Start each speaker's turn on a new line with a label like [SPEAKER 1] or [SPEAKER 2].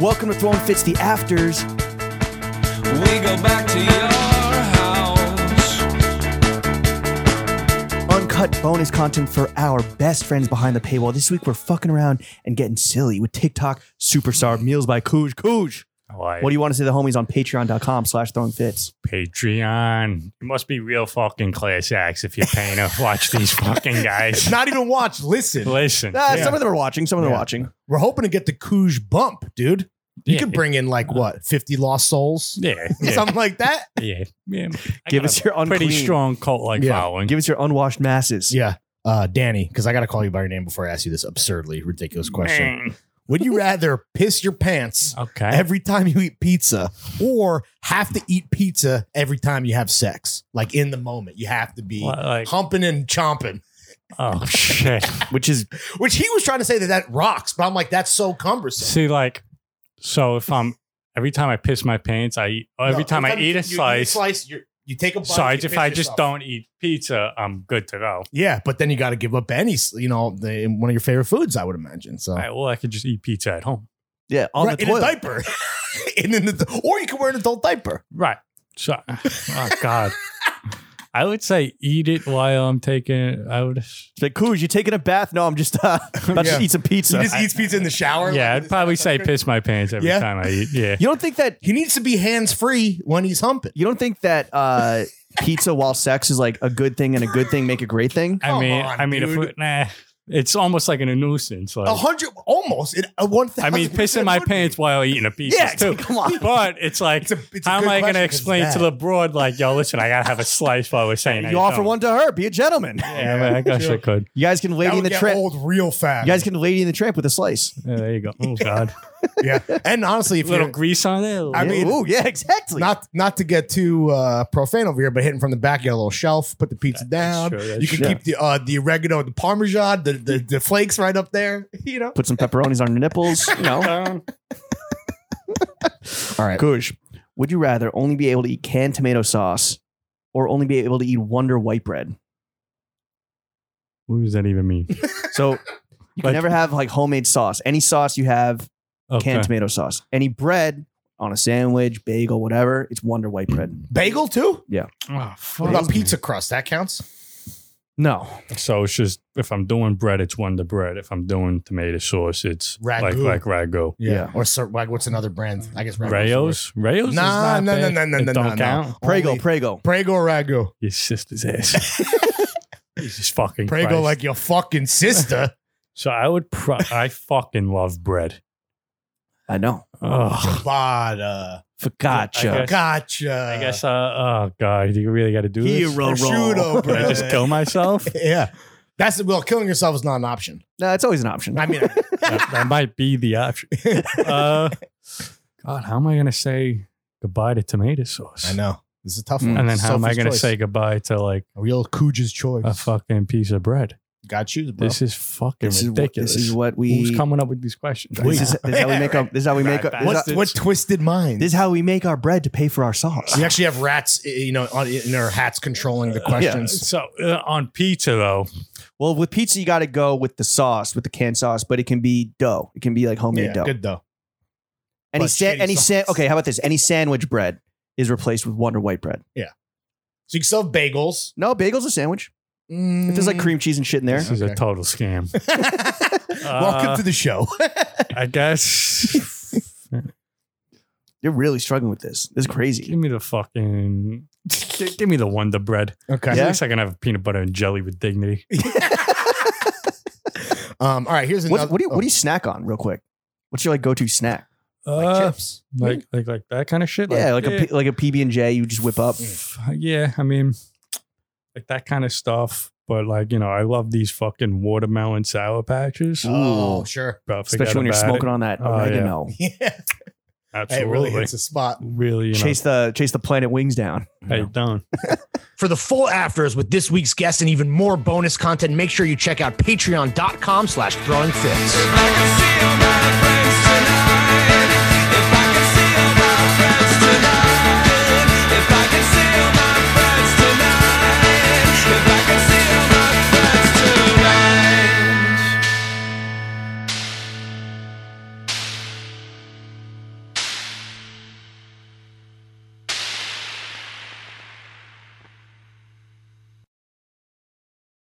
[SPEAKER 1] Welcome to Throne Fits the Afters.
[SPEAKER 2] We go back to your house.
[SPEAKER 1] Uncut bonus content for our best friends behind the paywall. This week we're fucking around and getting silly with TikTok superstar Meals by Cooj. Cooj,
[SPEAKER 3] Like
[SPEAKER 1] what do you want to say to the homies on patreon.com slash throwing fits?
[SPEAKER 3] Patreon. It must be real fucking class acts if you're paying to watch these fucking guys.
[SPEAKER 4] Not even watch. Listen,
[SPEAKER 3] Listen.
[SPEAKER 1] Ah,
[SPEAKER 3] Yeah.
[SPEAKER 1] Some of them are watching, some of them are
[SPEAKER 3] Yeah.
[SPEAKER 1] watching.
[SPEAKER 4] we're hoping to get the Cooge bump, dude. You
[SPEAKER 3] Yeah.
[SPEAKER 4] could bring in like what fifty lost souls,
[SPEAKER 3] yeah, yeah,
[SPEAKER 4] something like that.
[SPEAKER 3] yeah, yeah. I
[SPEAKER 1] Give
[SPEAKER 3] got
[SPEAKER 1] us
[SPEAKER 3] a
[SPEAKER 1] your
[SPEAKER 3] pretty
[SPEAKER 1] unclean.
[SPEAKER 3] strong cult like
[SPEAKER 4] Yeah.
[SPEAKER 3] following.
[SPEAKER 1] Give us your unwashed masses.
[SPEAKER 4] Yeah, uh, Danny, because I got to call you by your name before I ask you this absurdly ridiculous question. Would you rather piss your pants
[SPEAKER 3] Okay.
[SPEAKER 4] every time you eat pizza, or have to eat pizza every time you have sex? Like in the moment, you have to be
[SPEAKER 3] Like-
[SPEAKER 4] humping and chomping.
[SPEAKER 3] oh shit.
[SPEAKER 1] Which is
[SPEAKER 4] Which he was trying to say that that rocks, but I'm like, that's so cumbersome.
[SPEAKER 3] See, like, so if I'm every time I piss my pants, I eat. Or every
[SPEAKER 4] No,
[SPEAKER 3] time I
[SPEAKER 4] you-
[SPEAKER 3] eat
[SPEAKER 4] you
[SPEAKER 3] a slice.
[SPEAKER 4] slice, you're- you take a bite.
[SPEAKER 3] so I
[SPEAKER 4] you
[SPEAKER 3] just, if
[SPEAKER 4] piss
[SPEAKER 3] I just
[SPEAKER 4] yourself.
[SPEAKER 3] don't eat pizza, I'm good to go.
[SPEAKER 4] Yeah, but then you got to give up any, s- you know, the, one of your favorite foods, I would imagine. So
[SPEAKER 3] All right, well, I could just eat pizza at home.
[SPEAKER 1] yeah, on
[SPEAKER 4] Right,
[SPEAKER 1] the
[SPEAKER 4] in a
[SPEAKER 1] toilet.
[SPEAKER 4] diaper, in an ad- or you can wear an adult diaper.
[SPEAKER 3] Right. So, oh god. I would say eat it while I'm taking. I would.
[SPEAKER 1] It's like, Cooj, you taking a bath? No, I'm just uh, about
[SPEAKER 4] Yeah.
[SPEAKER 1] to eat some
[SPEAKER 4] He
[SPEAKER 1] pizza.
[SPEAKER 4] just eats pizza in the shower.
[SPEAKER 3] Yeah,
[SPEAKER 4] Like,
[SPEAKER 3] I'd probably say piss my pants every
[SPEAKER 4] Yeah.
[SPEAKER 3] time I eat. Yeah.
[SPEAKER 1] you don't think that
[SPEAKER 4] he needs to be hands free when he's humping.
[SPEAKER 1] you don't think that uh, pizza while sex is like a good thing and a good thing make a great thing?
[SPEAKER 3] I mean,
[SPEAKER 4] on,
[SPEAKER 3] I mean, if we,
[SPEAKER 4] dude.
[SPEAKER 3] nah, it's almost like an nuisance. Like,
[SPEAKER 4] A hundred, almost. It, a one.
[SPEAKER 3] I mean, pissing my pants while eating a pizza
[SPEAKER 1] Yeah, it's
[SPEAKER 3] too.
[SPEAKER 1] like, come on.
[SPEAKER 3] But it's like,
[SPEAKER 4] It's a- it's a
[SPEAKER 3] how am
[SPEAKER 4] good
[SPEAKER 3] I going
[SPEAKER 4] question
[SPEAKER 3] to
[SPEAKER 4] 'cause
[SPEAKER 3] explain
[SPEAKER 4] it's
[SPEAKER 3] to
[SPEAKER 4] bad.
[SPEAKER 3] the broad like, yo, listen, I gotta have a slice while we're saying I
[SPEAKER 1] You offer
[SPEAKER 3] don't.
[SPEAKER 1] one to her, be a gentleman.
[SPEAKER 3] Yeah, I, mean, I guess I
[SPEAKER 4] Sure.
[SPEAKER 3] could.
[SPEAKER 1] You guys can
[SPEAKER 4] That
[SPEAKER 1] lady in
[SPEAKER 4] would
[SPEAKER 1] the
[SPEAKER 4] get
[SPEAKER 1] trip.
[SPEAKER 4] old real fast.
[SPEAKER 1] You guys can lady in the tramp with a slice.
[SPEAKER 3] Yeah, there you go. Oh god,
[SPEAKER 4] yeah. And
[SPEAKER 3] a
[SPEAKER 4] honestly, if
[SPEAKER 3] little
[SPEAKER 4] you're
[SPEAKER 3] grease on it.
[SPEAKER 4] I mean-
[SPEAKER 1] Ooh, yeah, exactly.
[SPEAKER 4] not not to get too uh, profane over here, but hitting from the back, you got a little shelf. Put the pizza down.
[SPEAKER 3] true, that's
[SPEAKER 4] you can
[SPEAKER 1] true.
[SPEAKER 4] keep the uh, the oregano, the parmesan, the, the the flakes right up there. You know.
[SPEAKER 1] Put some pepperonis on your nipples. You know,
[SPEAKER 3] Um,
[SPEAKER 4] All right.
[SPEAKER 1] Kush, would you rather only be able to eat canned tomato sauce or only be able to eat Wonder white bread?
[SPEAKER 3] what does that even mean?
[SPEAKER 1] So you can
[SPEAKER 3] Like-
[SPEAKER 1] never have like homemade sauce. Any sauce you have,
[SPEAKER 3] Okay.
[SPEAKER 1] canned tomato sauce. Any bread on a sandwich, bagel, whatever, it's Wonder white bread.
[SPEAKER 4] Bagel too.
[SPEAKER 3] Oh,
[SPEAKER 4] What
[SPEAKER 3] fuck.
[SPEAKER 4] about pizza crust? That counts.
[SPEAKER 1] No,
[SPEAKER 3] So it's just if I'm doing bread, it's one to bread. If I'm doing tomato sauce, it's
[SPEAKER 4] Ragu.
[SPEAKER 3] like like ragu.
[SPEAKER 1] Yeah.
[SPEAKER 4] Or sir, like, what's another brand? I guess
[SPEAKER 3] Rayos? Rayos? is
[SPEAKER 4] Nah,
[SPEAKER 3] not
[SPEAKER 4] no, no,
[SPEAKER 3] bad.
[SPEAKER 4] no, no,
[SPEAKER 3] It
[SPEAKER 4] no,
[SPEAKER 3] Don't
[SPEAKER 4] no,
[SPEAKER 3] count.
[SPEAKER 4] no.
[SPEAKER 1] Prego,
[SPEAKER 4] Only-
[SPEAKER 1] Prego.
[SPEAKER 4] Prego or ragu.
[SPEAKER 3] Your sister's ass. Jesus fucking
[SPEAKER 4] Prego
[SPEAKER 3] Christ.
[SPEAKER 4] like your fucking sister.
[SPEAKER 3] So I would. Pro- I fucking love bread.
[SPEAKER 1] I know.
[SPEAKER 3] Oh, I
[SPEAKER 4] Bada.
[SPEAKER 1] Focaccia.
[SPEAKER 3] guess-
[SPEAKER 4] Gotcha.
[SPEAKER 3] I guess. Uh, oh God, you really got to do this.
[SPEAKER 1] Hero roll.
[SPEAKER 4] Prosciutto
[SPEAKER 3] Did I
[SPEAKER 4] bread.
[SPEAKER 3] just kill myself?
[SPEAKER 4] yeah. That's well, killing yourself is not an option.
[SPEAKER 1] No, it's always an option.
[SPEAKER 4] I mean,
[SPEAKER 3] that, that might be the option. Uh, God, how am I gonna say goodbye to tomato sauce?
[SPEAKER 4] I know. This is a tough
[SPEAKER 1] Mm.
[SPEAKER 4] one.
[SPEAKER 3] And then
[SPEAKER 4] It's
[SPEAKER 3] how am I
[SPEAKER 4] Sophie's
[SPEAKER 3] gonna
[SPEAKER 4] choice.
[SPEAKER 3] say goodbye to like
[SPEAKER 4] a real Cooge's choice?
[SPEAKER 3] a fucking piece of bread?
[SPEAKER 4] Got choose, bro.
[SPEAKER 3] This is fucking
[SPEAKER 1] this is, what-
[SPEAKER 3] ridiculous.
[SPEAKER 1] this is what
[SPEAKER 3] Who's
[SPEAKER 1] we.
[SPEAKER 3] coming up with these questions?
[SPEAKER 1] This is, this is how we make our. This is how we make our. This
[SPEAKER 4] what,
[SPEAKER 1] is, how-
[SPEAKER 4] what twisted mind?
[SPEAKER 1] this is how we make our bread to pay for our sauce.
[SPEAKER 4] we actually have rats, eh, you know, on, in their hats controlling the questions.
[SPEAKER 3] so uh, on pizza though,
[SPEAKER 1] Well, with pizza, you got to go with the sauce, with the canned sauce, but it can be dough. It can be like homemade dough.
[SPEAKER 4] good though.
[SPEAKER 1] any
[SPEAKER 4] but
[SPEAKER 1] sa-
[SPEAKER 4] shitty
[SPEAKER 1] any sa-
[SPEAKER 4] sauce.
[SPEAKER 1] okay. How about this? Any sandwich bread is replaced with Wonder White bread.
[SPEAKER 4] So you can still have bagels.
[SPEAKER 1] No, bagel's a sandwich. If there's like
[SPEAKER 4] Mm.
[SPEAKER 1] cream cheese and shit in there,
[SPEAKER 3] this is a
[SPEAKER 4] Okay.
[SPEAKER 3] total scam.
[SPEAKER 4] Welcome
[SPEAKER 3] Uh,
[SPEAKER 4] to the show.
[SPEAKER 3] I guess.
[SPEAKER 1] you're really struggling with this. This is crazy.
[SPEAKER 3] Give me the fucking. gi- Give me the Wonder Bread.
[SPEAKER 4] okay.
[SPEAKER 1] Yeah.
[SPEAKER 3] At least I can have peanut butter and jelly with dignity.
[SPEAKER 4] Um, all right. Here's another.
[SPEAKER 1] What, what do you what do
[SPEAKER 3] oh.
[SPEAKER 1] you snack on real quick? What's your like go to snack?
[SPEAKER 4] like
[SPEAKER 3] Uh,
[SPEAKER 4] chips?
[SPEAKER 3] like, like like Mm. that kind of shit.
[SPEAKER 1] Yeah, like a P- like a PB and J you just whip up.
[SPEAKER 3] yeah. yeah, I mean, like that kind of stuff. But like you know, I love these fucking watermelon sour patches.
[SPEAKER 4] Oh, sure.
[SPEAKER 3] Bro, forget
[SPEAKER 1] Especially when you're
[SPEAKER 3] about it.
[SPEAKER 1] smoking on that
[SPEAKER 3] Oh, yeah.
[SPEAKER 1] oregano.
[SPEAKER 4] Yeah. Hey, it
[SPEAKER 3] Absolutely,
[SPEAKER 4] really hits a spot.
[SPEAKER 3] really. You know,
[SPEAKER 1] Chase the chase the planet wings down.
[SPEAKER 3] hey, don't.
[SPEAKER 4] For the full afters with this week's guest and even more bonus content, make sure you check out patreon.com slash throwing fits.
[SPEAKER 2] I can see your body break.